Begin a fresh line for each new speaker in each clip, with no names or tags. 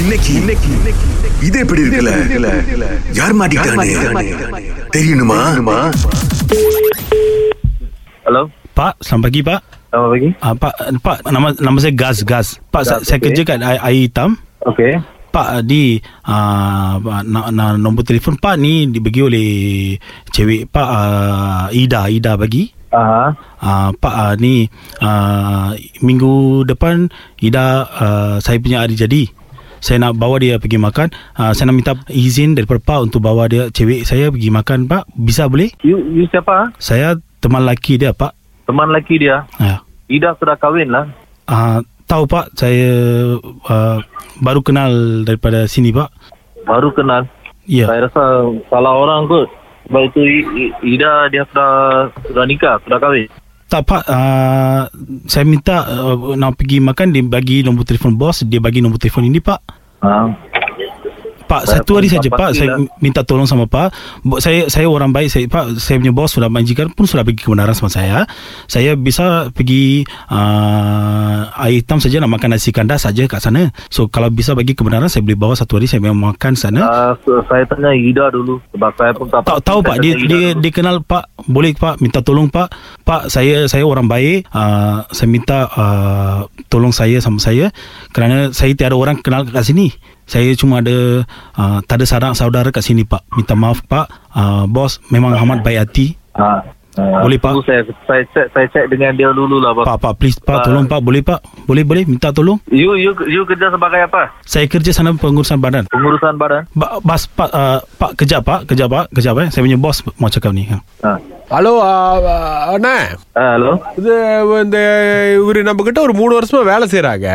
இன்னைக்கு இன்னைக்கு இது எப்படி இருக்குல்ல யார் மாட்டிக்கிட்டானே தெரியணுமா
Hello?
Pak, selamat pagi Pak.
Selamat pagi.
Uh, Pak, eh, Pak nama nama saya Gas Gas. Pak, saya,
Gas,
saya
okey.
kerja kat air, air hitam.
Okay.
Pak eh, di uh, na, na, nombor telefon Pak ni dibagi oleh cewek Pak uh, Ida Ida bagi.
Aha.
Uh, Pak uh, ni uh, minggu depan Ida uh, saya punya hari jadi. Saya nak bawa dia pergi makan. Uh, saya nak minta izin daripada Pak untuk bawa dia cewek saya pergi makan Pak. Bisa boleh?
You, you siapa? ah?
Saya teman lelaki dia Pak.
Teman lelaki dia.
Ya.
Ida sudah kahwin lah.
Ah, tahu pak, saya uh, baru kenal daripada sini pak.
Baru kenal.
Ya.
Saya rasa salah orang kot. Sebab itu I- I- Ida dia sudah sudah nikah, sudah kahwin.
Tak pak, uh, saya minta uh, nak pergi makan dia bagi nombor telefon bos, dia bagi nombor telefon ini pak.
Ha.
Pak
Saya
satu hari
pun tak
saja pak, saya
pastilah.
minta tolong sama pak. Bo- Saya saya orang baik saya pak, saya punya bos sudah majikan pun sudah bagi kebenaran sama saya. Saya bisa pergi uh, air hitam saja nak makan nasi kandar saja kat sana. So kalau bisa bagi kebenaran saya boleh bawa satu hari saya memang makan sana.
Ah, so, saya tanya Ida dulu sebab saya pun tak
Tahu
pasti.
tahu
Saya
pak dia
tanya Ida
dia
dulu.
dia kenal pak boleh pak minta tolong pak pak saya saya orang baik uh, saya minta uh, tolong saya sama saya kerana saya tiada orang kenal kat sini saya cuma ada uh, tak ada saudara saudara kat sini pak minta maaf pak uh, bos memang amat baik hati
Ha. Ah,
Boleh, Pak.
tu Saya saya cek saya cek dengan dia dulu lah bos.
pak pak please
Ah.
pak tolong pak boleh pak boleh boleh minta tolong
You you you kerja sebagai apa?
saya kerja sana pengurusan badan
Pengurusan badan.
Ba- Bas, pak, uh, pak kerja pak kerja pak kerja pak eh. saya punya bos mau cakap ni ha.
Ha.
Hello ஆ, ஆ, அண்ணா
Ah, hello.
இது இந்த இவர் நம்ம கிட்ட ஒரு மூணு வருஷமா வேலை செய்யறாங்க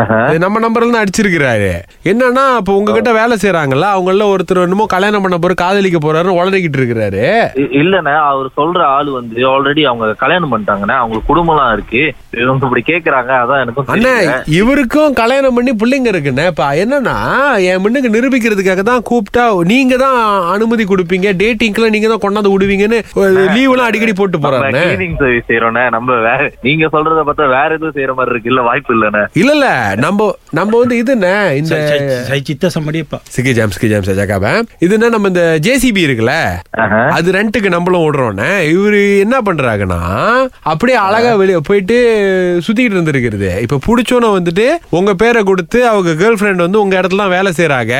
Aha.
நம்ம நம்பர்ல இருந்து அடிச்சிருக்கிறாரு என்னன்னா இப்போ உங்ககிட்ட வேலை செய்யறாங்கல்ல அவங்கள ஒருத்தர் என்னமோ கல்யாணம் பண்ண போற காதலிக்க போறாரு உளறிக்கிட்டு இருக்கிறாரு
இ- இல்லண்ணே அவர் சொல்ற ஆள் வந்து ஆல்ரெடி அவங்க கல்யாணம் பண்ணிட்டாங்கண்ணே அவங்களுக்கு குடும்பம்லாம் இருக்கு இவங்க இப்படி கேக்குறாங்க அதான் எனக்கும்
அண்ணா
தெரியல.
இவருக்கும் கல்யாணம் பண்ணி பிள்ளைங்க இருக்குண்ணே இப்ப என்னன்னா என் முன்னுக்கு நிரூபிக்கிறதுக்காக தான் கூப்பிட்டா நீங்க தான் அனுமதி கொடுப்பீங்க டேட்டிங்க்குலாம் நீங்க தான் கொண்டாந்து விடுவீங்கன்னு லீவ்லாம் அடிக்கடி போட்டு
நம்ம
போறாருண்ணே
cleaning service செய்றோம்ண்ணே. நம்ம வேற நீங்க சொல்றத பார்த்தா வேற எதுவும் செய்யற மாதிரி இருக்கு இல்ல வாய்ப்பு இல்லண்ணே
இல்ல இல்ல நம்ம நம்ம வந்து இதுண்ணே இந்த
saya, saya, saya cerita sama dia pak
சிக்கி ஜாம் சிக்கி ஜாம் சார் ஜாக்காபன் இதுன்னா நம்ம இந்த ஜேசிபி இருக்குல்ல
ஆஹா.
அது ரெண்ட்டுக்கு நம்மளும் விடுறோம்னே இவரு என்ன பண்றாங்கன்னா அப்படியே அழகா வெளியே போயிட்டு சுத்திக்கிட்டு இருந்திருக்கிறது இப்ப புடிச்சோன்னு வந்துட்டு உங்க பேரை கொடுத்து அவங்க கேர்ள் ஃப்ரெண்ட் வந்து உங்க இடத்துல தான் வேலை செய்யறாங்க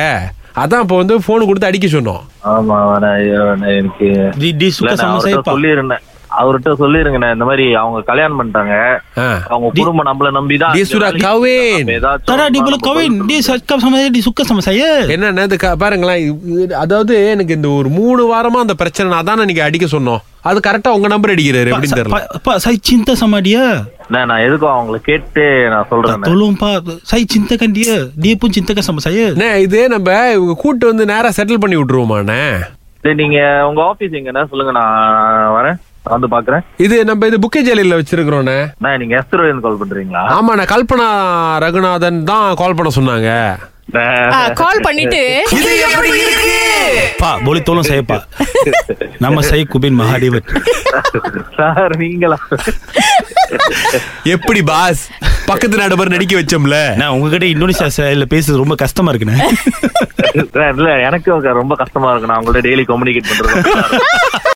அதான் இப்போ வந்து போன் கொடுத்து அடிக்க சொன்னோம்
ஆமா ஆமாண்ணே, ஐயோ, அண்ணே, எனக்கு
dia, dia suka
இல்லண்ணே,
sama saya
அவர்கிட்ட
pak
சொல்லிருந்தேன் அவர்கிட்ட சொல்லிருங்கண்ணே இந்த மாதிரி அவங்க கல்யாணம் பண்ணிட்டாங்க
ஆ.
அவங்க குடும்பம் நம்மள நம்பிதான்
Dia sudah kahwin.
Tak ada dia boleh kahwin Dia cakap sama saya Dia suka sama saya
என்னன்னா இது க- பாருங்களேன் இது- அதாவது எனக்கு இந்த ஒரு மூணு வாரமா அந்த பிரச்சனை அதான் நீங்க அடிக்க சொன்னோம் அது கரெக்டா உங்க நம்பர் அடிக்கிறாரு
Pak,
அப்படின்னு
sa-
தெரியல
pak, pak, saya cinta sama dia
நான் நான் எதுக்கும் அவங்கள கேட்டு நான்
tak,
சொல்றேன்
Tolong pak Saya cintakan dia Dia pun cintakan sama saya
அண்ணே, இதே நம்ம இவங்க கூட்டு வந்து நேரா செட்டில் பண்ணி விட்டுருவோமாண்ணே
சரி நீங்க உங்க ஆபீஸ் எங்கண்ணா சொல்லுங்க நான் வரேன் நான் வந்து பாக்குறேன்
இது நம்ம இது புக்கே ஜெயிலில் வச்சிருக்கிறோண்ணே
நான் நீங்க எஸ்தரோலியன் கால் பண்றீங்களா
ஆமாண்ணே கல்பனா ரகுநாதன் தான் கால் பண்ண சொன்னாங்க
கால் பண்ணிட்டு
Pak boleh tolong saya pak Nama saya Kubin Mahadevan
sir நீங்களா
எப்படி பாஸ் பக்கத்து நடுவர் நடிக்க வச்சோம்ல
நான் உங்ககிட்ட இந்தோனேசியா ஸ்டைல பேசுறது ரொம்ப கஷ்டமா இருக்குண்ணே
Sir, இல்ல எனக்கு ரொம்ப கஷ்டமா இருக்கு நான் உங்கள்ட்ட டெய்லி கம்யூனிகேட் பண்றது